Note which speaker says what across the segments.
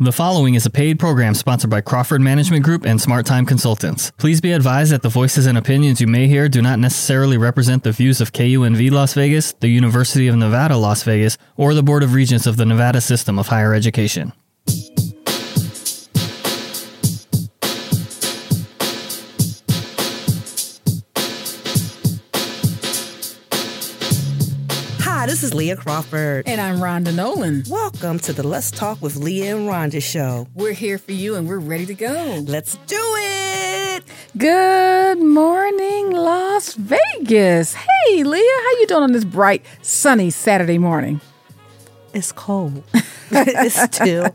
Speaker 1: The following is a paid program sponsored by Crawford Management Group and Smart Time Consultants. Please be advised that the voices and opinions you may hear do not necessarily represent the views of KUNV Las Vegas, the University of Nevada, Las Vegas, or the Board of Regents of the Nevada System of Higher Education.
Speaker 2: Hi, this is Leah Crawford.
Speaker 3: And I'm Rhonda Nolan.
Speaker 2: Welcome to the Let's Talk with Leah and Rhonda show.
Speaker 3: We're here for you and we're ready to go.
Speaker 2: Let's do it.
Speaker 3: Good morning, Las Vegas. Hey, Leah, how you doing on this bright, sunny Saturday morning?
Speaker 2: It's cold. it's still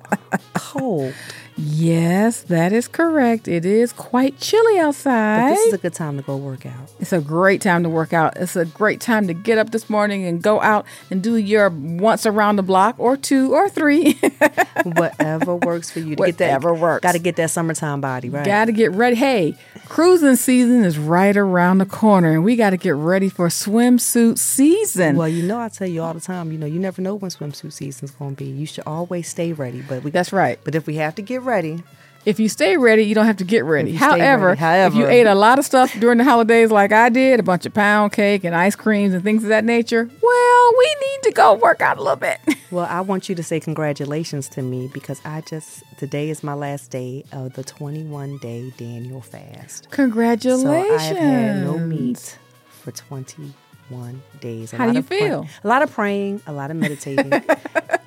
Speaker 2: cold.
Speaker 3: Yes, that is correct. It is quite chilly
Speaker 2: But
Speaker 3: outside.
Speaker 2: this is a good time to go work out.
Speaker 3: it's a great time to work out. It's a great time to get up this morning and go out and do your once around the block or two or three.
Speaker 2: Whatever works for you to get that.
Speaker 3: Whatever works.
Speaker 2: Got to get that summertime body, right?
Speaker 3: Got to get ready. Hey, cruising season is right around the corner, and we got to get ready for swimsuit season.
Speaker 2: Well, you know, I tell you all the time, you know, you never know when swimsuit season's going to be. You should always stay ready. But we,
Speaker 3: That's right.
Speaker 2: But if we have to get ready,
Speaker 3: If you stay ready, you don't have to get ready.
Speaker 2: you stay ready,
Speaker 3: However, if you
Speaker 2: however.
Speaker 3: ate a lot of stuff during the holidays, like I did, a bunch of pound cake and ice creams and things of that nature, well, we need to go work out a little bit.
Speaker 2: well, I want you to say congratulations to me because I just today is my last day of the 21 day Daniel fast. So
Speaker 3: Congratulations!
Speaker 2: I have had no meat for 21 days. A
Speaker 3: How do
Speaker 2: lot
Speaker 3: you
Speaker 2: of pray-
Speaker 3: feel?
Speaker 2: a lot of praying, a lot of meditating.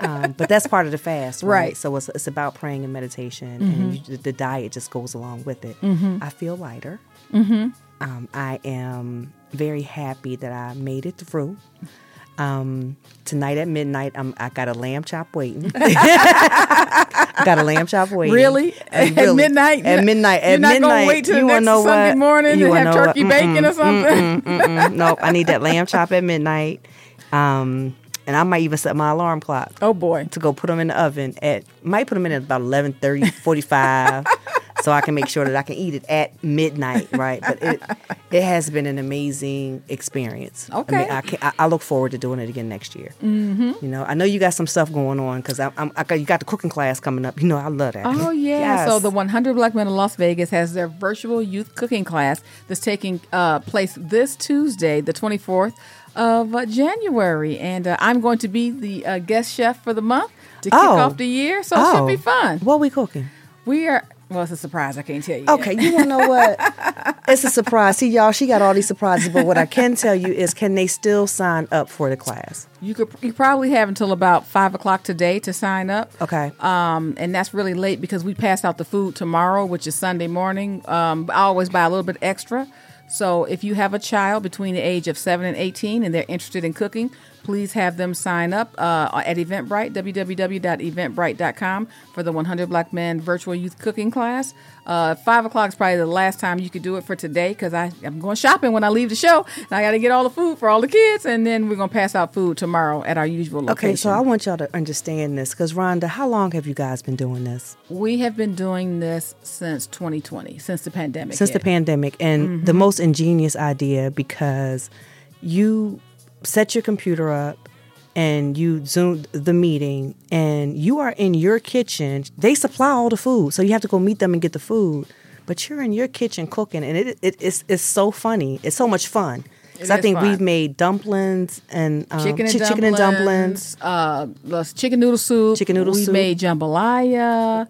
Speaker 2: um, but that's part of the fast, right?
Speaker 3: Right. Mm-hmm.
Speaker 2: So it's, it's about praying and meditation, and you, the diet just goes along with it. I feel lighter.
Speaker 3: Mm-hmm.
Speaker 2: Um, I am very happy that I made it through. Um, tonight at midnight, i I got a lamb chop waiting. got a lamb chop waiting.
Speaker 3: Really?
Speaker 2: Uh,
Speaker 3: At
Speaker 2: really.
Speaker 3: midnight?
Speaker 2: At midnight.
Speaker 3: You're
Speaker 2: at
Speaker 3: not
Speaker 2: midnight.
Speaker 3: gonna wait till the
Speaker 2: you wanna
Speaker 3: next
Speaker 2: know
Speaker 3: Sunday
Speaker 2: what?
Speaker 3: morning
Speaker 2: You
Speaker 3: and
Speaker 2: wanna
Speaker 3: have
Speaker 2: know
Speaker 3: turkey
Speaker 2: what?
Speaker 3: bacon or
Speaker 2: Mm-mm,
Speaker 3: something?
Speaker 2: mm-mm, mm-mm. nope. I need that lamb chop at midnight. Um, and I might even set my alarm clock
Speaker 3: Oh boy!
Speaker 2: to go put them in the oven at might put them in at about 11:30, 45 so I can make sure that I can eat it at midnight, right? But it it has been an amazing experience. I,
Speaker 3: Okay.
Speaker 2: mean, I, can, I, I look forward to doing it again next year. Mm-hmm. You know, I know you got some stuff going on because I'm, I'm I got, you got the cooking class coming up. You know, I love that.
Speaker 3: Oh yeah!
Speaker 2: Yes.
Speaker 3: So the 100 Black Men of Las Vegas has their virtual youth cooking class that's taking uh, place this Tuesday, the 24th of uh, January, and uh, I'm going to be the uh, guest chef for the month to kick
Speaker 2: Oh.
Speaker 3: off the year. So it should be fun.
Speaker 2: What we cooking?
Speaker 3: We are. Well, it's a surprise. I can't tell you. yet.
Speaker 2: Okay, you wanna know what? It's a surprise. See, y'all, she got all these surprises, but what I can tell you is can they still sign up for the class?
Speaker 3: You could. You probably have until about five o'clock today to sign up.
Speaker 2: Okay.
Speaker 3: Um, and that's really late because we pass out the food tomorrow, which is Sunday morning. Um, I always buy a little bit extra. So if you have a child between the age of 7 and 18 and they're interested in cooking, please have them sign up uh, at Eventbrite, www.eventbrite.com, for the 100 Black Men Virtual Youth Cooking Class. Uh, 5 o'clock is probably the last time you could do it for today because I'm going shopping when I leave the show. And I got to get all the food for all the kids. And then we're going to pass out food tomorrow at our usual location.
Speaker 2: Okay, so I want y'all to understand this because Rhonda, how long have you guys been doing this
Speaker 3: We have been doing this since 2020, since the pandemic.
Speaker 2: since the
Speaker 3: hit.
Speaker 2: pandemic? And
Speaker 3: Mm-hmm.
Speaker 2: the most ingenious idea because you set your computer up and you zoom the meeting and you are in your kitchen. They supply all the food, so you have to go meet them and get the food. But you're in your kitchen cooking, and it, it it's, it's so funny. It's so much fun. Because
Speaker 3: It
Speaker 2: I
Speaker 3: is
Speaker 2: think
Speaker 3: fun.
Speaker 2: we've made dumplings and um,
Speaker 3: chicken and
Speaker 2: chi-
Speaker 3: dumplings,
Speaker 2: chicken and dumplings.
Speaker 3: uh, plus chicken noodle soup,
Speaker 2: Chicken noodle
Speaker 3: we
Speaker 2: soup.
Speaker 3: made jambalaya.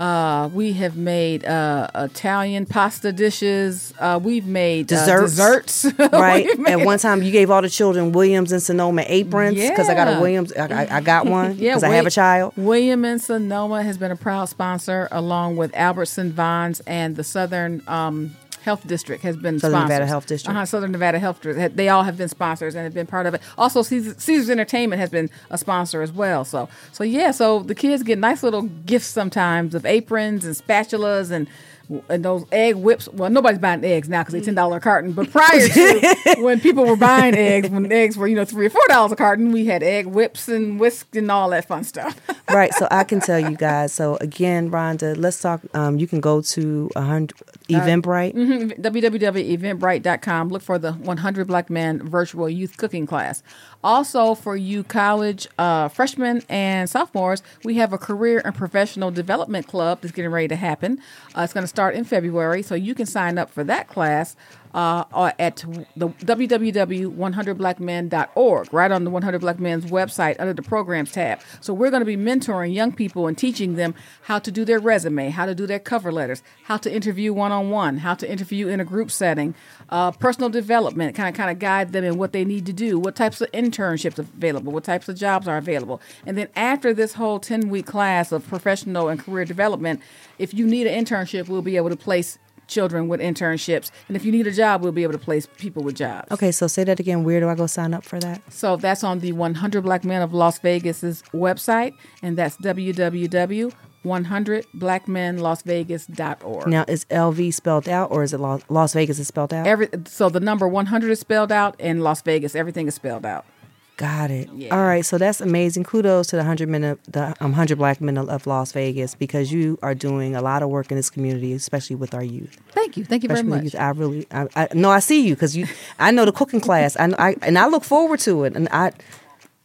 Speaker 3: Uh, we have made uh, Italian pasta dishes. Uh, we've made
Speaker 2: Desserts.
Speaker 3: Uh, desserts.
Speaker 2: right?
Speaker 3: We've made-
Speaker 2: At one time, you gave all the children Williams and Sonoma aprons because I got a
Speaker 3: Yeah.
Speaker 2: Williams. I, I, I got one because I have
Speaker 3: Wil-
Speaker 2: a child.
Speaker 3: William and Sonoma has been a proud sponsor, along with Albertson Vons and the Southern um, Health District has been
Speaker 2: Southern
Speaker 3: sponsors.
Speaker 2: Nevada Health District.
Speaker 3: Uh-huh, Southern Nevada Health District. They all have been sponsors and have been part of it. Also, Caesars, Caesars Entertainment has been a sponsor as well. So, so yeah, so the kids get nice little gifts sometimes of aprons and spatulas and and those egg whips. Well, nobody's buying eggs now because they ten dollar a carton. But prior to when people were buying eggs, when eggs were you know three or four dollars a carton, we had egg whips and whisk and all that fun stuff.
Speaker 2: right. So I can tell you guys. So again, Rhonda, let's talk. Um, you can go to a hundred
Speaker 3: Uh,
Speaker 2: Eventbrite.
Speaker 3: mm-hmm. www.eventbrite.com. Look for the 100 Black Men Virtual Youth Cooking Class. Also, for you college uh, freshmen and sophomores, we have a career and professional development club that's getting ready to happen. Uh, it's going to start in February, so you can sign up for that class uh, or at the www.100blackmen.org, right on the 100 Black Men's website under the programs tab. So we're going to be mentoring young people and teaching them how to do their resume, how to do their cover letters, how to interview one on one, how to interview in a group setting, uh, personal development, kind of kind of guide them in what they need to do, what types of internships are available, what types of jobs are available, and then after this whole 10 week class of professional and career development, if you need an internship, we'll be able to place children with internships. And if you need a job, we'll be able to place people with jobs.
Speaker 2: Okay. So say that again. Where do I go sign up for that?
Speaker 3: So that's on the 100 Black Men of Las Vegas's website, and that's www.100blackmenlasvegas.org.
Speaker 2: Now is LV spelled out or is it Las, Las Vegas is spelled out?
Speaker 3: Every, so the number 100 is spelled out, and Las Vegas, everything is spelled out.
Speaker 2: Got it.
Speaker 3: Yeah.
Speaker 2: All right, so that's amazing. Kudos to the hundred men of the um, hundred black men of Las Vegas because you are doing a lot of work in this community, especially with our youth.
Speaker 3: Thank you. Thank you very
Speaker 2: Especially
Speaker 3: much.
Speaker 2: with youth. I really, I, I no, I see you because you. I know the cooking class. I, I and I look forward to it. And I,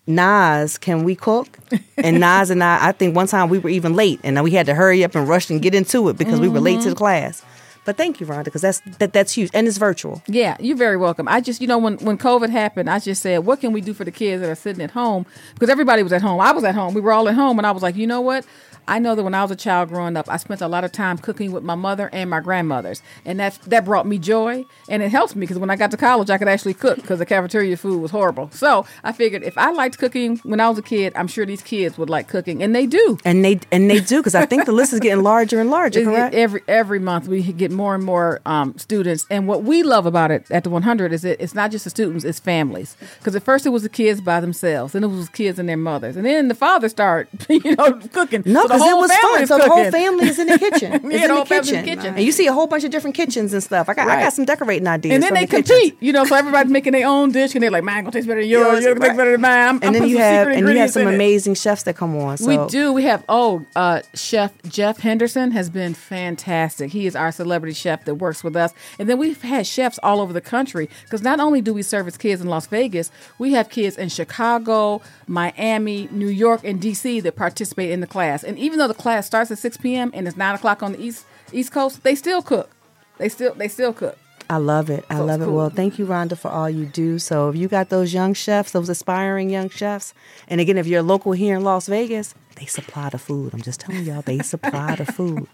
Speaker 2: Nas, can we cook? And Nas and I, I think one time we were even late, and we had to hurry up and rush and get into it because we were late to
Speaker 3: Mm-hmm.
Speaker 2: the class. But thank you, Rhonda, because that's that, that's huge, and it's virtual.
Speaker 3: Yeah, you're very welcome. I just, you know, when when COVID happened, I just said, what can we do for the kids that are sitting at home? Because everybody was at home. I was at home. We were all at home, and I was like, you know what? I know that when I was a child growing up, I spent a lot of time cooking with my mother and my grandmothers, and that that brought me joy, and it helped me because when I got to college, I could actually cook because the cafeteria food was horrible. So I figured if I liked cooking when I was a kid, I'm sure these kids would like cooking, and they do.
Speaker 2: And they and they do because I think the list is getting larger and larger.
Speaker 3: Is it
Speaker 2: Correct?
Speaker 3: Every every month we get more and more um, students, and what we love about it at the 100 is that it's not just the students, it's families. Because at first it was the kids by themselves, then it was kids and their mothers, and then the fathers start, you know, cooking.
Speaker 2: No,
Speaker 3: So the
Speaker 2: because it
Speaker 3: whole
Speaker 2: was
Speaker 3: family
Speaker 2: fun.
Speaker 3: is
Speaker 2: So the whole
Speaker 3: cooking.
Speaker 2: family is in the kitchen. It's
Speaker 3: Yeah,
Speaker 2: in
Speaker 3: the
Speaker 2: the
Speaker 3: whole family's
Speaker 2: kitchen.
Speaker 3: kitchen.
Speaker 2: And you see a whole bunch of different kitchens and stuff. I got, I
Speaker 3: Right.
Speaker 2: got some decorating ideas.
Speaker 3: And then
Speaker 2: from
Speaker 3: they
Speaker 2: the kitchens.
Speaker 3: compete, you know. So everybody's making their own dish, and they're like, "Mine gonna taste better than yours.
Speaker 2: Yours,
Speaker 3: Yours gonna
Speaker 2: right.
Speaker 3: taste better than mine." I'm, I'm
Speaker 2: And then
Speaker 3: putting
Speaker 2: you
Speaker 3: some
Speaker 2: have
Speaker 3: secret
Speaker 2: and you have
Speaker 3: ingredients
Speaker 2: some
Speaker 3: in it.
Speaker 2: amazing chefs that come on. So
Speaker 3: We do. We have oh, uh, Chef Jeff Henderson has been fantastic. He is our celebrity chef that works with us, and then we've had chefs all over the country because not only do we service kids in Las Vegas, we have kids in Chicago, Miami, New York, and DC that participate in the class. And even though the class starts at six p.m. and it's nine o'clock on the east East Coast, they still cook. They still they still cook.
Speaker 2: I love it. I
Speaker 3: So it's
Speaker 2: love it.
Speaker 3: cool.
Speaker 2: Well, thank you, Rhonda, for all you do. So if you got those young chefs, those aspiring young chefs, and again, if you're local here in Las Vegas, they supply the food. I'm just telling y'all, they supply the food.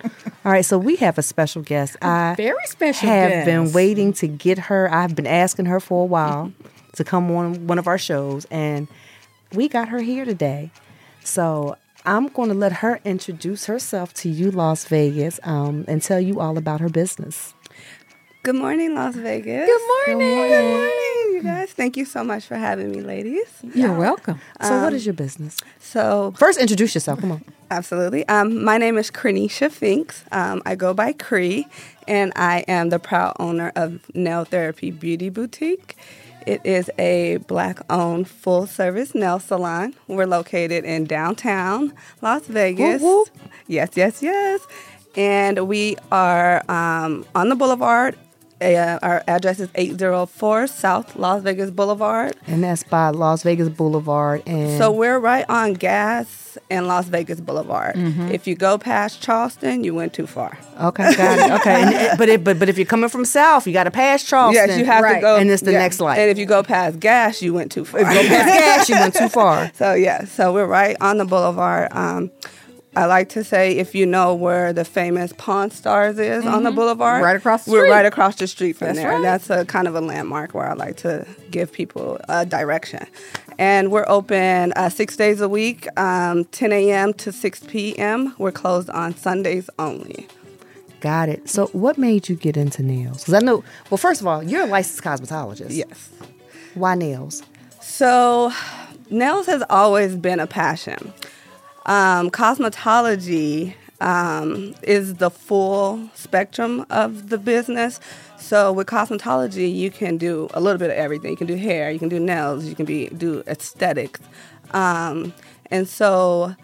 Speaker 2: All right, so we have a special guest. I
Speaker 3: Very special
Speaker 2: Have
Speaker 3: guest.
Speaker 2: been waiting to get her. I've been asking her for a while to come on one of our shows, and we got her here today. So I'm going to let her introduce herself to you, Las Vegas, um, and tell you all about her business.
Speaker 4: Good morning, Las Vegas.
Speaker 3: Good morning.
Speaker 4: Good morning, you guys. Thank you so much for having me, ladies.
Speaker 3: You're welcome.
Speaker 2: So, what is your business?
Speaker 4: So,
Speaker 2: First, introduce yourself. Come on.
Speaker 4: absolutely. Um, my name is Krenisha Finks. Um, I go by Cree, and I am the proud owner of Nail Therapy Beauty Boutique. It is a black owned full service nail salon. We're located in downtown Las Vegas.
Speaker 2: whoop.
Speaker 4: Yes, yes, yes. And we are um, on the boulevard. Uh, our address is 804 South Las Vegas Boulevard.
Speaker 2: And that's by Las Vegas Boulevard. And
Speaker 4: So we're right on Gas and Las Vegas Boulevard.
Speaker 2: Mm-hmm.
Speaker 4: If you go past Charleston, you went too far.
Speaker 2: okay, got it. Okay, and it- but it, but but if you're coming from south, you got to pass Charleston.
Speaker 4: Yes, you have to
Speaker 3: Right.
Speaker 4: go.
Speaker 2: And it's the
Speaker 4: yeah.
Speaker 2: next light.
Speaker 4: And if you go past Gas, you went too far.
Speaker 2: That's gas. You went too far.
Speaker 4: so yeah, so we're right on the boulevard. Um, I like to say if you know where the famous Pawn Stars is on the boulevard,
Speaker 3: Mm-hmm. Right across the
Speaker 4: we're
Speaker 3: street.
Speaker 4: right across the street from
Speaker 3: That's
Speaker 4: there,
Speaker 3: right.
Speaker 4: and that's a kind of a landmark where I like to give people a direction. And we're open uh, six days a week, um, 10 a.m. to 6 p.m. We're closed on Sundays only.
Speaker 2: Got it. So, what made you get into nails? Because I know. Well, first of all, you're a licensed cosmetologist.
Speaker 4: Yes.
Speaker 2: Why nails?
Speaker 4: So, nails has always been a passion. Um, cosmetology um, is the full spectrum of the business. So with cosmetology, you can do a little bit of everything. You can do hair, you can do nails, you can be do aesthetics, um, and so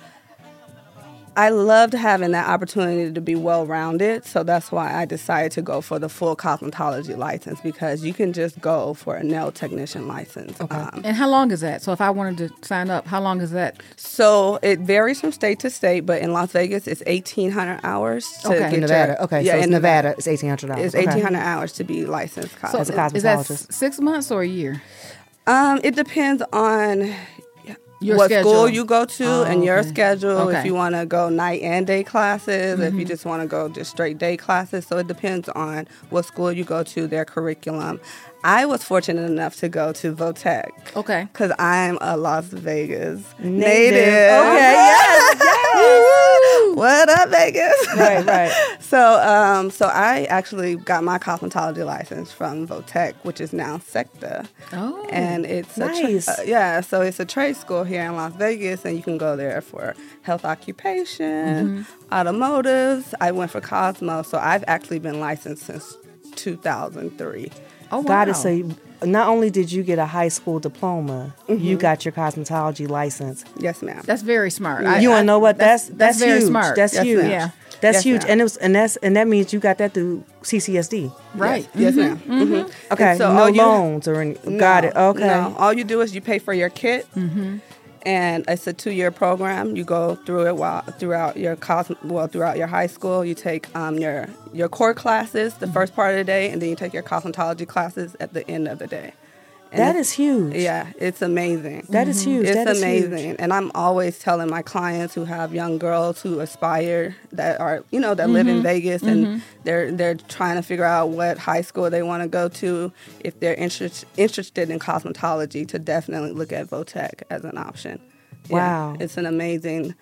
Speaker 4: I loved having that opportunity to be well rounded. So that's why I decided to go for the full cosmetology license because you can just go for a nail technician license. Um,
Speaker 3: And how long is that? So if I wanted to sign up, how long is that?
Speaker 4: so it varies from state to state, but in Las Vegas, it's 1,800 hours. To
Speaker 3: Okay.
Speaker 4: get
Speaker 3: In
Speaker 4: your-
Speaker 5: Nevada. Okay,
Speaker 4: Yeah,
Speaker 5: so it's
Speaker 4: in
Speaker 5: Nevada. It's eighteen hundred dollars.
Speaker 4: It's 1,800 hours to be licensed.
Speaker 3: So
Speaker 4: Uh, cosmetologist.
Speaker 5: As a
Speaker 3: is that s-
Speaker 5: cosmetologist.
Speaker 3: six months or a year?
Speaker 4: Um, it depends on
Speaker 3: Your
Speaker 4: what
Speaker 3: schedule.
Speaker 4: school you go to and your
Speaker 3: okay.
Speaker 4: schedule. If
Speaker 3: Okay.
Speaker 4: you want to go night and day classes, if you just want to go just straight day classes. So it depends on what school you go to, their curriculum. I was fortunate enough to go to Votech.
Speaker 3: Okay.
Speaker 4: Because I'm a Las Vegas native.
Speaker 5: Okay,
Speaker 4: yes, yes. what up, Vegas?
Speaker 5: Right, right.
Speaker 4: So, um, so I actually got my cosmetology license from Votech, which is now Secta.
Speaker 3: Oh.
Speaker 4: and it's
Speaker 2: nice.
Speaker 4: a tra- uh, yeah. So it's a trade school here in Las Vegas, and you can go there for health, occupation, automotives. I went for Cosmo, so I've actually been licensed since 2003.
Speaker 3: Oh, wow.
Speaker 2: Got it. So you- not only did you get a high school diploma,
Speaker 4: Mm-hmm.
Speaker 2: you got your cosmetology license.
Speaker 4: Yes, ma'am.
Speaker 3: That's very smart. I-
Speaker 2: you
Speaker 3: I-
Speaker 2: wanna know what? That's that's,
Speaker 3: that's very
Speaker 2: huge.
Speaker 3: smart.
Speaker 2: That's
Speaker 3: Yes,
Speaker 2: huge.
Speaker 3: ma'am. Yeah.
Speaker 2: That's
Speaker 4: Yes,
Speaker 2: huge.
Speaker 4: ma'am.
Speaker 2: And it was and that's and that means you got that through CCSD.
Speaker 3: Right.
Speaker 4: Yes, yes madam Mm-hmm.
Speaker 2: Okay.
Speaker 4: so
Speaker 2: no
Speaker 4: all you-
Speaker 2: loans or any, got it. Okay. Mm-hmm.
Speaker 4: No. All you do is you pay for your kit, and it's a two-year program. You go through it while throughout your cos- well throughout your high school. You take um, your your core classes
Speaker 2: Mm-hmm.
Speaker 4: the first part of the day, and then you take your cosmetology classes at the end of the day. And
Speaker 2: That
Speaker 4: it's-
Speaker 2: is huge.
Speaker 4: yeah, it's amazing.
Speaker 2: That is huge.
Speaker 4: It's
Speaker 2: That is huge.
Speaker 4: amazing, and I'm always telling my clients who have young girls who aspire that are you know that live in Vegas and they're they're trying to figure out what high school they want to go to if they're interest, interested in cosmetology to definitely look at Votech as an option. Yeah,
Speaker 2: Wow.
Speaker 4: it's an amazing.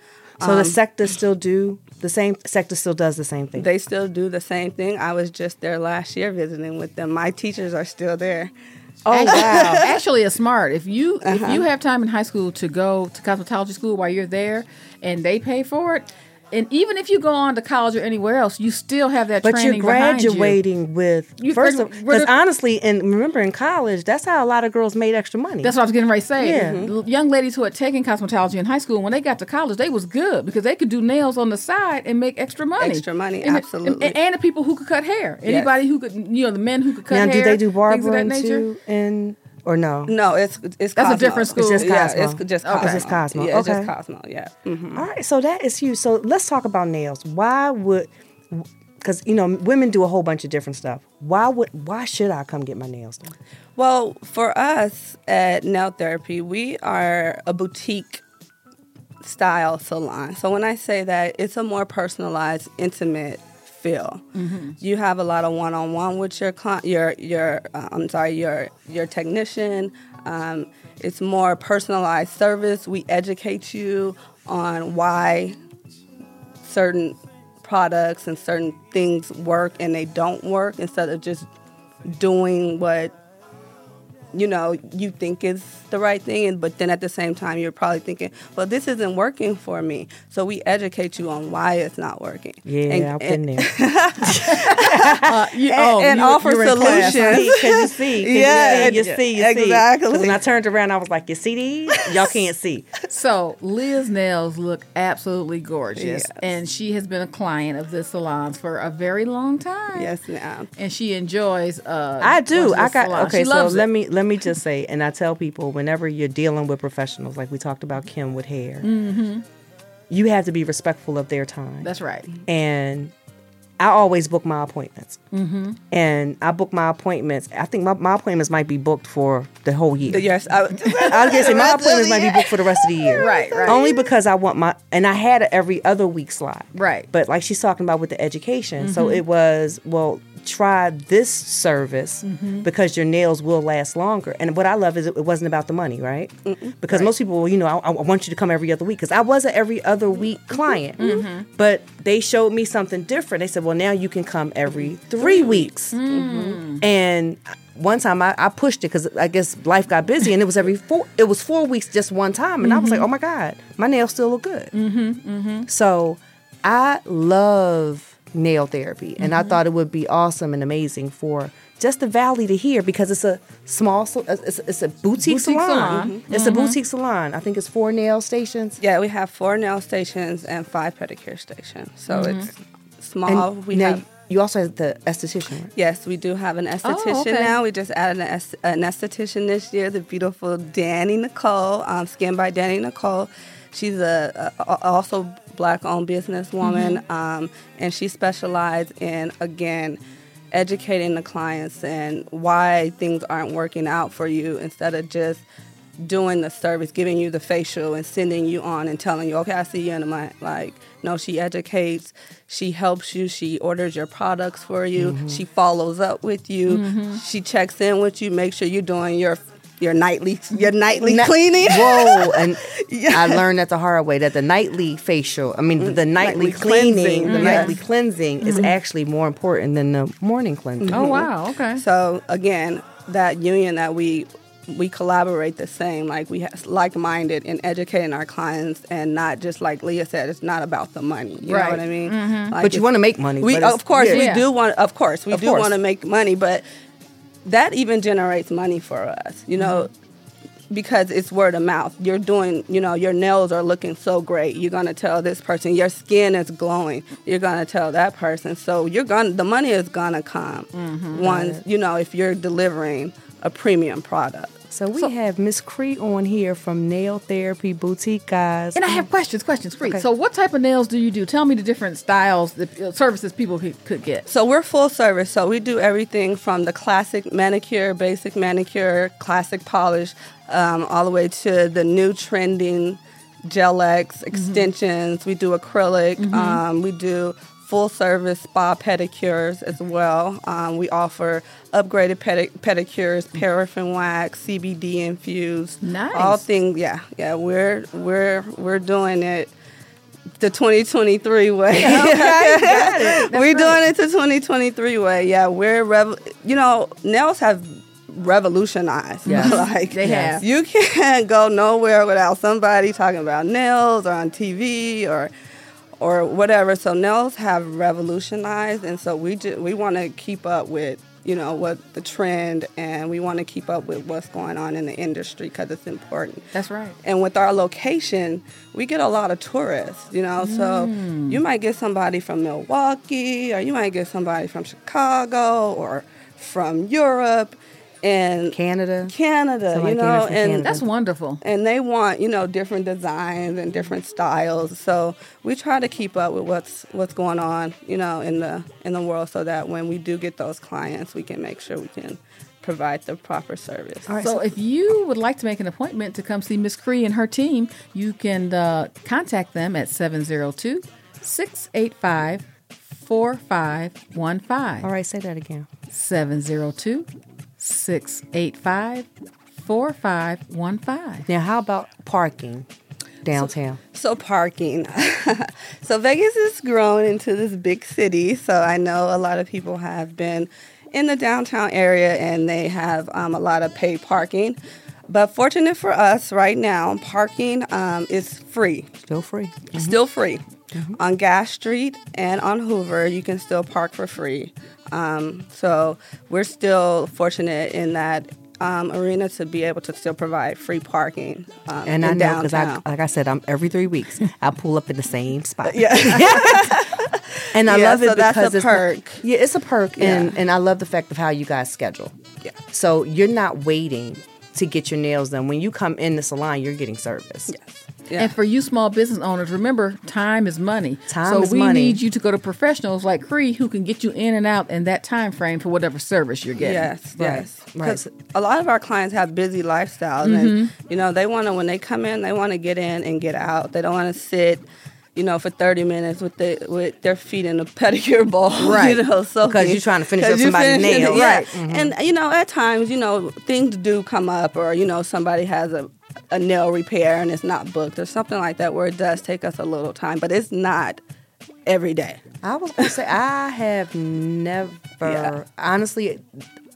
Speaker 2: So the sector still do the same. Sector still does the same thing.
Speaker 4: They still do the same thing. I was just there last year visiting with them. My teachers are still there.
Speaker 3: Mm-hmm.
Speaker 2: Oh,
Speaker 3: actually, actually, it's smart. If you if
Speaker 2: Uh-huh.
Speaker 3: you have time in high school to go to cosmetology school while you're there, and they pay for it, and even if you go on to college or anywhere else, you still have that.
Speaker 2: but you're
Speaker 3: training behind you.
Speaker 2: graduating with
Speaker 3: You-
Speaker 2: first of
Speaker 3: we're
Speaker 2: because
Speaker 3: the-
Speaker 2: honestly, and remember in college, that's how a lot of girls made extra money.
Speaker 3: That's what I was getting ready to say.
Speaker 2: Yeah.
Speaker 3: L- Young ladies who had taken cosmetology in high school, when they got to college, they was good because they could do nails on the side and make extra money.
Speaker 4: Extra money,
Speaker 3: And the-
Speaker 4: absolutely.
Speaker 3: and, and the people who could cut hair. Anybody who could, you know, the men who could cut
Speaker 2: now,
Speaker 3: hair.
Speaker 2: do they do
Speaker 3: things of
Speaker 2: barbering
Speaker 3: that nature.
Speaker 2: too? And or no?
Speaker 4: No, it's
Speaker 3: That's
Speaker 4: it's
Speaker 3: a
Speaker 4: Cosmo.
Speaker 3: different school. It's just
Speaker 4: Yeah,
Speaker 2: Cosmo.
Speaker 4: it's just
Speaker 2: Okay.
Speaker 4: Cosmo.
Speaker 2: It's just Cosmo.
Speaker 4: Yeah, it's
Speaker 2: Okay.
Speaker 4: just Cosmo. Yeah. Mhm.
Speaker 2: All right, so that is huge. So let's talk about nails. Why would, because you know, women do a whole bunch of different stuff. Why would, why should I come get my nails done?
Speaker 4: Well, for us at Nail Therapy, we are a boutique style salon. So when I say that, it's a more personalized, intimate feel. You have a lot of one-on-one with your client, your your uh, I'm sorry, your your technician. Um, it's more personalized service. We educate you on why certain products and certain things work and they don't work instead of just doing what you know you think is the right thing and but then at the same time you're probably thinking well this isn't working for me so we educate you on why it's not working
Speaker 2: Yeah,
Speaker 4: and,
Speaker 2: I've
Speaker 4: and,
Speaker 2: been there.
Speaker 3: Uh, you,
Speaker 4: and,
Speaker 3: oh,
Speaker 4: and
Speaker 3: you-
Speaker 4: offer
Speaker 3: you were in class.
Speaker 4: solutions
Speaker 2: Because you see, 'cause
Speaker 4: Yeah,
Speaker 2: you see, you see, you see.
Speaker 4: exactly.
Speaker 2: 'Cause When I turned around, I was like, "You see these? Y'all can't see."
Speaker 3: So Liz nails look absolutely gorgeous,
Speaker 4: Yes.
Speaker 3: and she has been a client of this salon for a very long time.
Speaker 4: yes ma'am
Speaker 3: and she enjoys. Uh,
Speaker 2: I do.
Speaker 3: going to
Speaker 2: I
Speaker 3: this
Speaker 2: got
Speaker 3: salon.
Speaker 2: okay.
Speaker 3: She
Speaker 2: So
Speaker 3: loves
Speaker 2: let
Speaker 3: it.
Speaker 2: me let me just say, and I tell people whenever you're dealing with professionals, like we talked about Kim with hair, you have to be respectful of their time.
Speaker 3: That's right.
Speaker 2: and I always book my appointments. Mm-hmm. And I book my appointments. I think my, my appointments might be booked for the whole year.
Speaker 4: yes I,
Speaker 2: I was gonna say my
Speaker 4: Rest of the
Speaker 2: appointments might be booked for the rest of the year.
Speaker 3: Right, right.
Speaker 2: Only because I want my and I had a every other week slot.
Speaker 3: Right.
Speaker 2: But like she's talking about with the education, so it was well try this service because your nails will last longer. And what I love is it, it wasn't about the money, right? Because most people, well, you know, I, I want you to come every other week because I was an every other week client, but they showed me something different. They said, well, now you can come every three weeks. Mm-hmm. And one time I, I pushed it because I guess life got busy, and it was every four. It was four weeks just one time, and I was like, "Oh my god, my nails still look good." Mm-hmm, mm-hmm. So I love nail therapy, and
Speaker 4: Mm-hmm.
Speaker 2: I thought it would be awesome and amazing for just the valley to hear because it's a small, sal- it's, it's a boutique,
Speaker 3: Boutique
Speaker 2: salon. Mm-hmm.
Speaker 3: salon.
Speaker 2: It's a
Speaker 4: Mm-hmm.
Speaker 2: boutique salon. I think it's four nail stations.
Speaker 4: Yeah, we have four nail stations and five pedicure stations. So it's small.
Speaker 2: Mm-hmm. And
Speaker 4: we
Speaker 2: now
Speaker 4: have
Speaker 2: you also have the esthetician. Right?
Speaker 4: yes, we do have an esthetician
Speaker 3: okay.
Speaker 4: now. We just added an, est- an esthetician this year. The beautiful Danny Nicole, um, Skin by Danny Nicole. She's a, a a- also black-owned businesswoman, um, and she specializes in again educating the clients and why things aren't working out for you instead of just doing the service, giving you the facial and sending you on and telling you, okay, I see you in a month. Like, no, she educates, she helps you, she orders your products for you,
Speaker 5: Mm-hmm.
Speaker 4: she follows up with you, she checks in with you, make sure you're doing your your nightly your nightly cleaning.
Speaker 5: Whoa! And I learned that the hard way that the nightly facial, I mean, the, the nightly,
Speaker 4: Mm, Nightly
Speaker 5: cleaning,
Speaker 4: cleansing, Mm-hmm.
Speaker 5: the
Speaker 4: yes. Mm-hmm.
Speaker 5: nightly cleansing is actually more important than the morning cleansing.
Speaker 3: Oh wow. Okay.
Speaker 4: So again, that union that we we collaborate the same, like we have like-minded in educating our clients, and not just like Leah said, it's not about the money. You
Speaker 3: Right.
Speaker 4: know what I mean? Like,
Speaker 5: Mm-hmm. But you
Speaker 4: it's-
Speaker 5: want to make money.
Speaker 4: We
Speaker 5: but it's-
Speaker 4: of course
Speaker 5: yeah.
Speaker 4: we
Speaker 3: Yeah.
Speaker 4: do want of course we
Speaker 5: Of
Speaker 4: do
Speaker 5: course.
Speaker 4: want to make money, but that even generates money for us, you know, because it's word of mouth. You're doing, you know, your nails are looking so great. You're gonna tell this person your skin is glowing. You're gonna tell that person. So you're gonna the money is gonna come once you know if you're delivering a premium product.
Speaker 2: So we have Miss Cree on here from Nail Therapy Boutique, guys.
Speaker 3: And I have questions, questions, free. So, what type of nails do you do? Tell me the different styles, the uh, services people could, could get.
Speaker 4: So we're full service. So we do everything from the classic manicure, basic manicure, classic polish, um, all the way to the new trending gel X extensions. We do acrylic. Um, we do full service spa pedicures as well. Um, we offer upgraded pedi- pedicures, paraffin wax, CBD infused. All
Speaker 3: Nice.
Speaker 4: things. Yeah, yeah. We're we're we're doing it the 2023 way. We're doing it the 2023 way. Yeah, we're rev- you know, nails have revolutionized.
Speaker 3: Yes,
Speaker 4: like
Speaker 3: they have.
Speaker 4: You can't go nowhere without somebody talking about nails or on TV or or whatever. So nails have revolutionized and so we ju- we want to keep up with you know what the trend and we want to keep up with what's going on in the industry because it's important
Speaker 3: That's right.
Speaker 4: and with our location, we get a lot of tourists, you know. So
Speaker 5: Mm.
Speaker 4: you might get somebody from Milwaukee, or you might get somebody from Chicago, or from Europe, and
Speaker 5: Canada.
Speaker 4: Canada,
Speaker 5: Somebody
Speaker 4: you
Speaker 5: came in
Speaker 4: know,
Speaker 5: from
Speaker 4: and
Speaker 5: Canada.
Speaker 3: That's wonderful.
Speaker 4: and they want you know different designs and different styles. So we try to keep up with what's what's going on, you know, in the in the world, so that when we do get those clients, we can make sure we can provide the proper service.
Speaker 3: so, if you would like to make an appointment to come see Miss Cree and her team, you can uh, contact them at 702 685 4515.
Speaker 2: All right, say that again.
Speaker 3: 702 685 4515.
Speaker 2: Now, how about parking downtown?
Speaker 4: So parking. so Vegas has grown into this big city. So I know a lot of people have been in the downtown area and they have um, a lot of paid parking. But fortunate for us, right now, parking um, is free
Speaker 2: Still free.
Speaker 5: Mm-hmm.
Speaker 4: still free on Gas Street and on Hoover. You can still park for free. Um, so we're still fortunate in that um, arena to be able to still provide free parking. Um,
Speaker 5: And
Speaker 4: in
Speaker 5: I know because I,
Speaker 4: downtown.
Speaker 5: like I said, I'm every three weeks I pull up in the same spot. Yeah, and I
Speaker 4: Yeah,
Speaker 5: love it
Speaker 4: so
Speaker 5: because
Speaker 4: that's a
Speaker 5: it's not-
Speaker 4: perk.
Speaker 5: yeah, it's a perk, and and I love the fact of how you guys schedule.
Speaker 4: Yeah.
Speaker 5: So you're not waiting to get your nails done. When you come in the salon, you're getting service.
Speaker 4: Yeah.
Speaker 3: And for you small business owners, remember time is money.
Speaker 5: Time
Speaker 3: so
Speaker 5: is
Speaker 3: we
Speaker 5: money.
Speaker 3: need you to go to professionals like Cree who can get you in and out in that time frame for whatever service you're getting.
Speaker 4: Yes,
Speaker 5: Right,
Speaker 4: yes.
Speaker 5: right.
Speaker 4: 'Cause a lot of our clients have busy lifestyles, and
Speaker 5: Mm-hmm.
Speaker 4: you know they want to when they come in, they want to get in and get out. They don't want to sit, you know, for thirty minutes with the with their feet in a pedicure ball,
Speaker 5: Right.
Speaker 4: you know, so
Speaker 5: Because you're trying to finish up somebody's
Speaker 4: somebody's
Speaker 5: nail.
Speaker 4: yeah.
Speaker 5: Right. Mm-hmm.
Speaker 4: And you know, at times, you know, things do come up, or you know, somebody has a a nail repair and it's not booked or something like that, where it does take us a little time, but it's not every day.
Speaker 5: I was gonna say I have never
Speaker 4: Yeah.
Speaker 5: honestly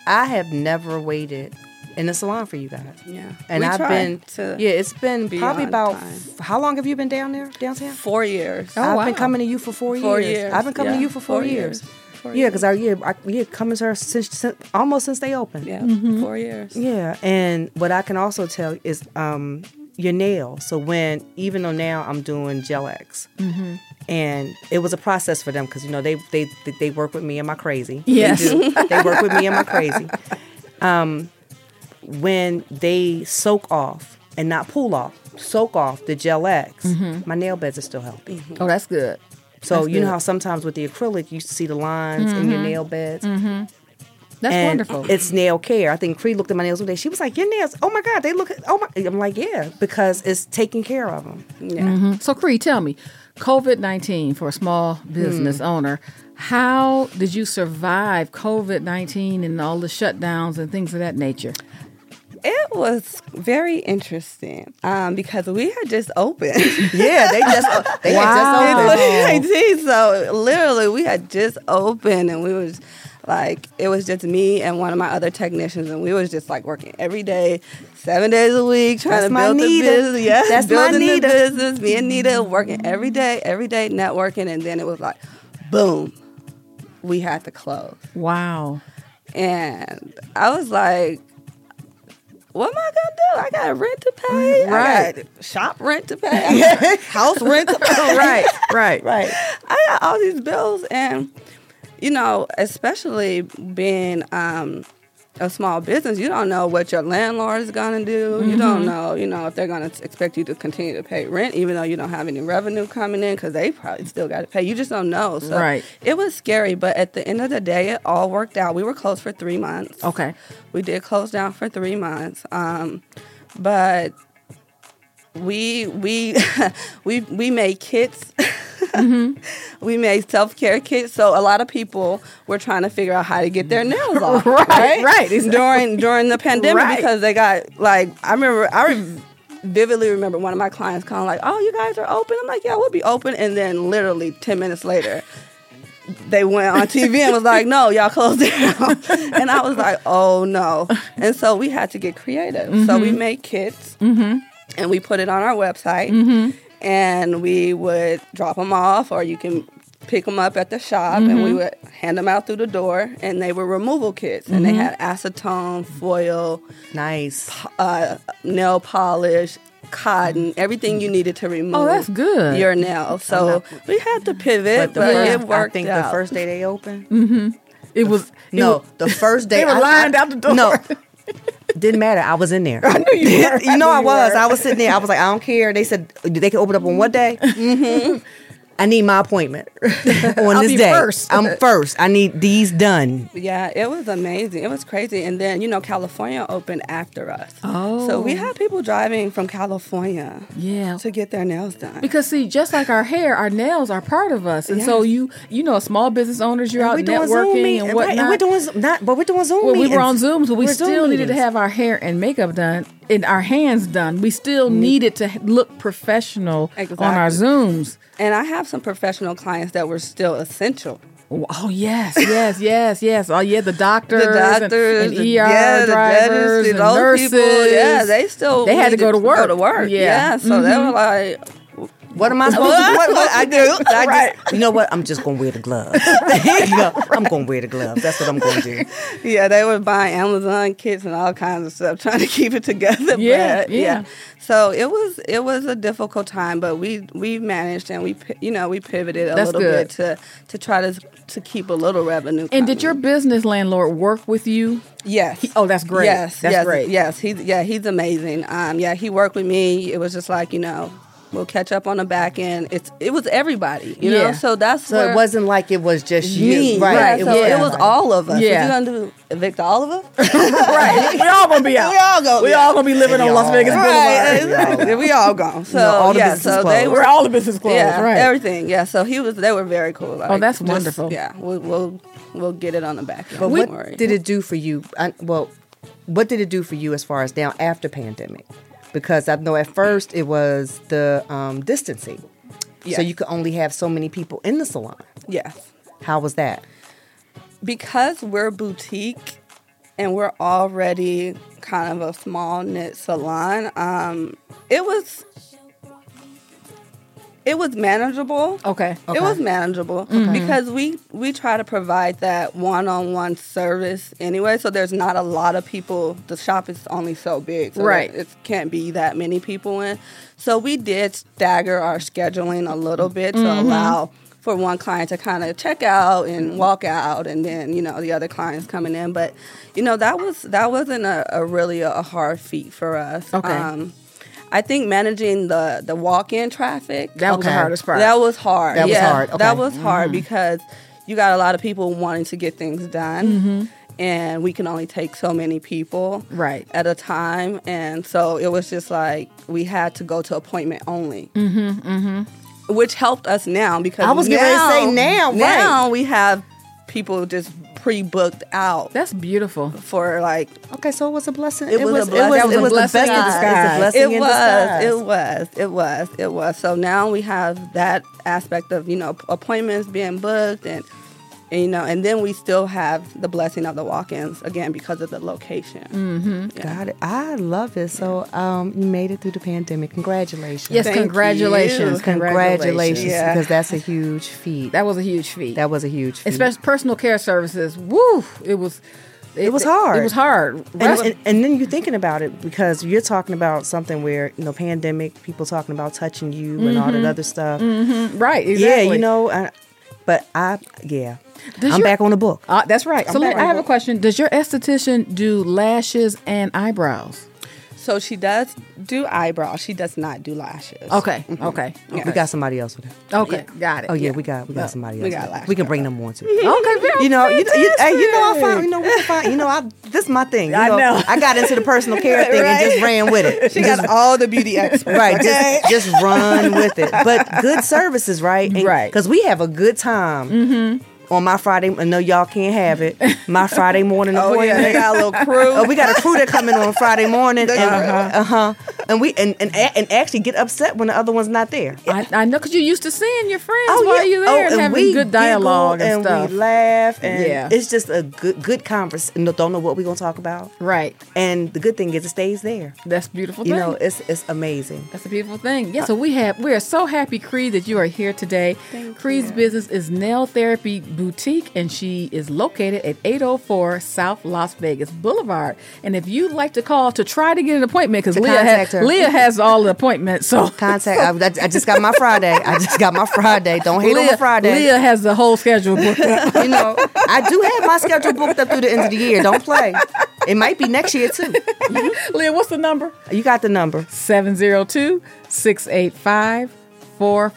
Speaker 5: I have never waited
Speaker 2: in the salon for you guys.
Speaker 4: Yeah.
Speaker 2: And
Speaker 4: We
Speaker 2: I've
Speaker 4: try
Speaker 2: been
Speaker 4: to
Speaker 2: yeah, it's been
Speaker 4: be
Speaker 2: probably
Speaker 4: on
Speaker 2: about
Speaker 4: time.
Speaker 2: how long have you been down there downtown?
Speaker 4: Four years.
Speaker 2: I've
Speaker 5: Oh,
Speaker 3: wow.
Speaker 2: been coming to you for four,
Speaker 4: Four
Speaker 2: years.
Speaker 4: years,
Speaker 2: I've been coming to
Speaker 4: yeah.
Speaker 2: you for four,
Speaker 4: Four
Speaker 2: years.
Speaker 4: years. Four
Speaker 2: Yeah, because our year, our year comes to her since, since almost since they opened.
Speaker 4: Yeah,
Speaker 5: Mm-hmm.
Speaker 4: four years.
Speaker 2: Yeah, and what I can also tell is um your nail. So when even though now I'm doing gel X,
Speaker 3: Mm-hmm.
Speaker 2: and it was a process for them because you know they they they- they work with me and my crazy. They
Speaker 3: Yes.
Speaker 2: do. they, work with me and my crazy. Um, when they soak off and not pull off, soak off the gel X, my nail beds are still healthy.
Speaker 3: Oh, that's good.
Speaker 2: So you
Speaker 3: Mm-hmm. That's
Speaker 2: know
Speaker 3: good. Mm-hmm.
Speaker 2: how sometimes with the acrylic you see the lines in your nail beds.
Speaker 3: That's
Speaker 2: And
Speaker 3: wonderful.
Speaker 2: It's nail care. I think Cree looked at my nails one day. She was like, "Your nails? Oh my god, they look. Oh my." I'm like, "Yeah," because it's taking care of them.
Speaker 4: Yeah.
Speaker 3: Mm-hmm. so, Cree, tell me, COVID 19 for a small
Speaker 2: Hmm.
Speaker 3: business owner, how did you survive COVID 19 and all the shutdowns and things of that nature?
Speaker 4: It was very interesting um, because we had just opened.
Speaker 2: Yeah, they just they
Speaker 3: Wow.
Speaker 2: had just opened.
Speaker 4: It was 2019, so literally we had just opened and we was like it was just me and one of my other technicians and we was just like working every day, seven days a week, trying
Speaker 2: That's
Speaker 4: to
Speaker 2: my
Speaker 4: build the
Speaker 2: Nita.
Speaker 4: business. Yes,
Speaker 2: That's my
Speaker 4: building
Speaker 2: Nita.
Speaker 4: the business. Me and Nita working every day, every day networking, and then it was like, boom, we had to close.
Speaker 3: Wow.
Speaker 4: And I was like, what am I gonna do? I got rent to pay. I
Speaker 2: Right.
Speaker 4: got shop rent to pay. I got house rent to pay.
Speaker 2: right, right, right.
Speaker 4: I got all these bills, and you know, especially being um, a small business, you don't know what your landlord is gonna do. You
Speaker 2: Mm-hmm.
Speaker 4: don't know, you know, if they're gonna expect you to continue to pay rent, even though you don't have any revenue coming in, because they probably still got to pay. You just don't know. So
Speaker 3: Right.
Speaker 4: it was scary, but at the end of the day, it all worked out. We were closed for three months.
Speaker 3: Okay.
Speaker 4: We did close down for three months, um, but we we we we made kits. we made self care kits. So a lot of people were trying to figure out how to get their nails off, right? Right. During during the pandemic,
Speaker 3: Right.
Speaker 4: because they got like I remember I. Re- vividly remember one of my clients calling like oh you guys are open i'm like yeah we'll be open and then literally 10 minutes later they went on TV and was like, "No, y'all closed down," and I was like, "Oh no!" And so we had to get creative. So we made kits and we put it on our website,
Speaker 3: Mm-hmm.
Speaker 4: and we would drop them off, or you can pick them up at the shop, and
Speaker 3: Mm-hmm.
Speaker 4: we would hand them out through the door. And they were removal kits, and they
Speaker 3: Mm-hmm.
Speaker 4: had acetone, foil,
Speaker 2: Nice.
Speaker 4: uh, nail polish, cotton, everything you needed to remove.
Speaker 3: Oh, that's good.
Speaker 4: Your nail. So we had to pivot, but, it worked
Speaker 2: I think
Speaker 4: out.
Speaker 2: the first day they opened.
Speaker 3: It was. it
Speaker 2: No,
Speaker 3: was-
Speaker 2: the first day
Speaker 3: Mm-hmm. They were
Speaker 2: I-
Speaker 3: lined
Speaker 2: I-
Speaker 3: out the door.
Speaker 2: No, didn't matter. I was in there. I
Speaker 3: knew you were.
Speaker 2: you know,
Speaker 3: knew
Speaker 2: I
Speaker 3: you
Speaker 2: was.
Speaker 3: were.
Speaker 2: I was sitting there. I was like, I don't care. They said they can open up on what day? hmm I need my appointment on this
Speaker 3: Mm-hmm. be
Speaker 2: day.
Speaker 3: first.
Speaker 2: I'm first. I need these done.
Speaker 4: Yeah, it was amazing. It was crazy. And then, you know, California opened after us. Oh. So we had people driving from California
Speaker 3: Yeah.
Speaker 4: to get their nails done.
Speaker 3: Because see, just like our hair, our nails are part of us, and so
Speaker 4: Yes.
Speaker 3: you, you know, small business owners, you're out
Speaker 2: we're doing
Speaker 3: networking
Speaker 2: Zoom
Speaker 3: and
Speaker 2: and, right,
Speaker 3: whatnot.
Speaker 2: and we're doing Zo- not, but we're doing Zoom.
Speaker 3: well, we were on
Speaker 2: meetings.
Speaker 3: Zooms, but we
Speaker 2: We're Zoom
Speaker 3: still needed to
Speaker 2: meetings.
Speaker 3: have our hair and makeup done, and our hands done. We still
Speaker 2: Mm.
Speaker 3: needed to h- look professional on our
Speaker 4: Exactly.
Speaker 3: Zooms.
Speaker 4: and I have some professional clients that were still essential.
Speaker 3: Oh yes, yes, yes, yes. Oh yeah, the doctors,
Speaker 4: The
Speaker 3: and-
Speaker 4: doctors,
Speaker 3: and,
Speaker 4: the-
Speaker 3: ER
Speaker 4: yeah, the
Speaker 3: drivers,
Speaker 4: dentist,
Speaker 3: and
Speaker 4: those
Speaker 3: nurses.
Speaker 4: People, yeah, they still
Speaker 3: They had to go
Speaker 4: needed
Speaker 3: to work.
Speaker 4: Go to work.
Speaker 3: Yeah. Mm-hmm.
Speaker 4: Yeah. so they were like,
Speaker 2: What am I supposed to what, what I do? I just, you know what? I'm just gonna wear the gloves. You know, I'm gonna wear the gloves. That's what I'm gonna do.
Speaker 4: yeah, they were buying Amazon kits and all kinds of stuff, trying to keep it together.
Speaker 3: Yeah,
Speaker 4: but,
Speaker 3: yeah.
Speaker 4: So it was it was a difficult time, but we we managed and we pi- you know we pivoted a
Speaker 3: That's
Speaker 4: little
Speaker 3: good.
Speaker 4: bit to to try to to keep a little revenue.
Speaker 3: And did
Speaker 4: coming.
Speaker 3: your business landlord work with you?
Speaker 4: Yes.
Speaker 3: He- oh, that's great.
Speaker 4: Yes,
Speaker 3: That's
Speaker 4: yes,
Speaker 3: great.
Speaker 4: Yes, he's yeah, he's amazing. Um, yeah, he worked with me. It was just like you know, we'll catch up on the back end. It's it was everybody, you
Speaker 3: Yeah.
Speaker 4: know. So that's
Speaker 2: So
Speaker 4: where
Speaker 2: it wasn't like it was just
Speaker 4: me,
Speaker 2: you,
Speaker 4: right?
Speaker 2: right?
Speaker 4: So
Speaker 3: yeah.
Speaker 4: it was all of us.
Speaker 3: Yeah.
Speaker 4: Yeah, you gonna do evict all of us?
Speaker 3: right, we all gonna be out.
Speaker 4: We all gonna
Speaker 3: we
Speaker 4: be
Speaker 3: all gonna be living on Las Vegas
Speaker 4: right.
Speaker 3: Boulevard.
Speaker 4: Exactly. we all gone. So
Speaker 2: all the
Speaker 4: yeah,
Speaker 2: businesses
Speaker 4: so they
Speaker 2: closed.
Speaker 4: were
Speaker 3: We're all the business closed.
Speaker 4: yeah,
Speaker 3: right. Oh,
Speaker 4: everything. Yeah, so he was. They were very cool. Like,
Speaker 3: that's
Speaker 4: just-
Speaker 3: wonderful.
Speaker 4: Yeah, we'll, we'll we'll get it on the back
Speaker 2: But
Speaker 4: end. don't
Speaker 2: what
Speaker 4: worry.
Speaker 2: did it do for you? I, well, what did it do for you as far as now after pandemic? Because I know at first it was the um, distancing, so
Speaker 4: Yes.
Speaker 2: you could only have so many people in the salon.
Speaker 4: Yes,
Speaker 2: How was that?
Speaker 4: because we're boutique. and we're already kind of a small knit salon. Um, it was it was manageable.
Speaker 3: Okay. okay. Mm-hmm.
Speaker 4: It was manageable because we we try to provide that one-on-one service anyway. So there's not a lot of people. The shop is only so big, so
Speaker 3: Right.
Speaker 4: there- It can't be that many people in. So we did stagger our scheduling a little bit to
Speaker 3: Mm-hmm.
Speaker 4: allow for one client to kind of check out and walk out, and then you know the other clients coming in. But you know that was that wasn't a, a really a hard feat for us. Um,
Speaker 3: Okay.
Speaker 4: I think managing the the walk-in traffic
Speaker 3: That was the
Speaker 6: Okay.
Speaker 3: hardest part.
Speaker 4: that was hard.
Speaker 6: That was
Speaker 4: yeah,
Speaker 6: hard. Okay. Mm-hmm.
Speaker 4: That was hard because you got a lot of people wanting to get things done.
Speaker 6: Mm-hmm.
Speaker 4: And we can only take so many people
Speaker 3: Right.
Speaker 4: at a time. And so it was just like we had to go to appointment only. Mm-hmm, mm-hmm. Which helped us now because
Speaker 6: I was
Speaker 4: now,
Speaker 6: getting ready to say now, right.
Speaker 4: Now we have people just pre booked out
Speaker 3: That's beautiful.
Speaker 4: for like
Speaker 6: Okay, so it was a blessing.
Speaker 4: It was a blessing. That was
Speaker 6: It
Speaker 4: a
Speaker 6: was,
Speaker 4: blessing
Speaker 6: the best
Speaker 4: in
Speaker 6: of
Speaker 4: disguise.
Speaker 6: disguise.
Speaker 4: it
Speaker 6: in
Speaker 4: was,
Speaker 6: disguise.
Speaker 4: it was, it was, it was. So now we have that aspect of you know p- appointments being booked and, and, you know, and then we still have the blessing of the walk-ins again because of the location.
Speaker 6: Got it. I love it. So um, you made it through the pandemic. Congratulations.
Speaker 3: Yes,
Speaker 4: Thank
Speaker 3: congratulations.
Speaker 4: you.
Speaker 6: Congratulations,
Speaker 4: Yeah.
Speaker 6: because that's a huge feat.
Speaker 3: That was a huge feat.
Speaker 6: That was a huge feat.
Speaker 3: especially personal care services. Woo! It was. It,
Speaker 2: was hard.
Speaker 3: It was hard.
Speaker 2: And,
Speaker 3: Rest-
Speaker 2: and, and then you're thinking about it because you're talking about something where you know pandemic people talking about touching you and all that other stuff.
Speaker 3: right. Mm-hmm. Exactly.
Speaker 2: Yeah, you know. I, but I yeah,
Speaker 3: Does
Speaker 2: I'm
Speaker 3: your-
Speaker 2: back on the book.
Speaker 3: Uh, that's right.
Speaker 2: I'm
Speaker 3: so
Speaker 2: back
Speaker 3: let-
Speaker 2: on
Speaker 3: I have
Speaker 2: the
Speaker 3: a question. Does your esthetician do lashes and eyebrows?
Speaker 4: So she does do eyebrows. She does not do lashes.
Speaker 3: Okay.
Speaker 2: Mm-hmm.
Speaker 3: Okay.
Speaker 2: We got somebody else with it.
Speaker 3: Okay. Got it.
Speaker 2: Oh yeah, we got we got somebody else.
Speaker 4: we got
Speaker 2: with it.
Speaker 4: last
Speaker 2: we can bring them on too.
Speaker 3: Okay. very
Speaker 2: You know, you know, you, hey, you know, I find, you
Speaker 3: fantastic.
Speaker 2: know, we can find, you know, I, this is my thing. You
Speaker 3: I know.
Speaker 2: I got into the personal care thing and just ran with it.
Speaker 4: She got all the beauty experts.
Speaker 2: right, just, just run with it. But good services, right?
Speaker 3: Right.
Speaker 2: Because we have a good time
Speaker 4: Mm-hmm.
Speaker 2: on my Friday. I know y'all can't have it. My Friday morning
Speaker 4: Oh yeah,
Speaker 2: appointment.
Speaker 4: they got a little crew.
Speaker 2: Oh, we got a crew that come in on Friday morning, and uh huh, and we and, and a- and actually get upset when the other one's not there.
Speaker 3: I, I know because you're used to seeing your friends
Speaker 2: Oh,
Speaker 3: while you're there and, having
Speaker 2: we
Speaker 3: good
Speaker 2: giggle
Speaker 3: dialogue and, stuff.
Speaker 2: we laugh, and
Speaker 3: Yeah.
Speaker 2: it's just a good good conversation. Don't know what we're gonna talk about,
Speaker 3: right.
Speaker 2: and the good thing is it stays there.
Speaker 3: That's a beautiful.
Speaker 2: You
Speaker 3: thing.
Speaker 2: know, it's it's amazing.
Speaker 3: That's a beautiful thing.
Speaker 6: Uh,
Speaker 3: Yeah, so we have we are so happy, Cree, that you are here today. Cree's business is Nail Therapy Boutique, and she is located at 804 South Las Vegas Boulevard. And if you'd like to call to try to get an appointment, because
Speaker 6: To
Speaker 3: Leah,
Speaker 6: contact
Speaker 3: ha-
Speaker 6: her.
Speaker 3: Leah has all the appointments, so
Speaker 6: Contact. I, I- I just got my Friday. I just got my Friday. Don't hate on my
Speaker 3: Leah,
Speaker 6: Friday.
Speaker 3: Leah has the whole schedule booked up.
Speaker 6: You know, I do have my schedule booked up through the end of the year. Don't play. It might be next year too.
Speaker 3: Leah, what's the number?
Speaker 2: You got the number.
Speaker 3: 702 685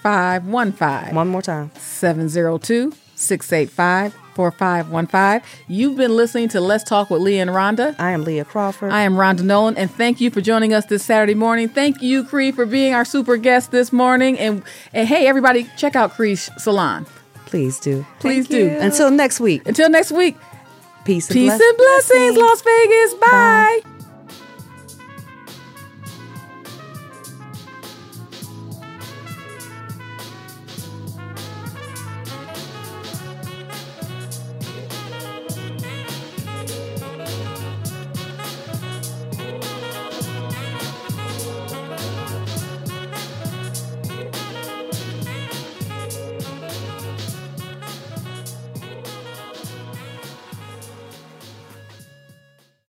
Speaker 3: 4515.
Speaker 2: One more time.
Speaker 3: 702 685 4515. You've been listening to Let's Talk with Leah and Rhonda.
Speaker 2: I am Leah Crawford.
Speaker 3: I am Rhonda Nolan, and thank you for joining us this Saturday morning. Thank you, Cree, for being our super guest this morning. And, and hey, everybody, check out Cree's salon.
Speaker 2: Please do.
Speaker 3: Please
Speaker 4: Thank
Speaker 3: do.
Speaker 4: you.
Speaker 2: Until next week.
Speaker 3: Until next week,
Speaker 2: Peace and
Speaker 3: peace
Speaker 2: blessings.
Speaker 3: and blessings, Las Vegas. Bye.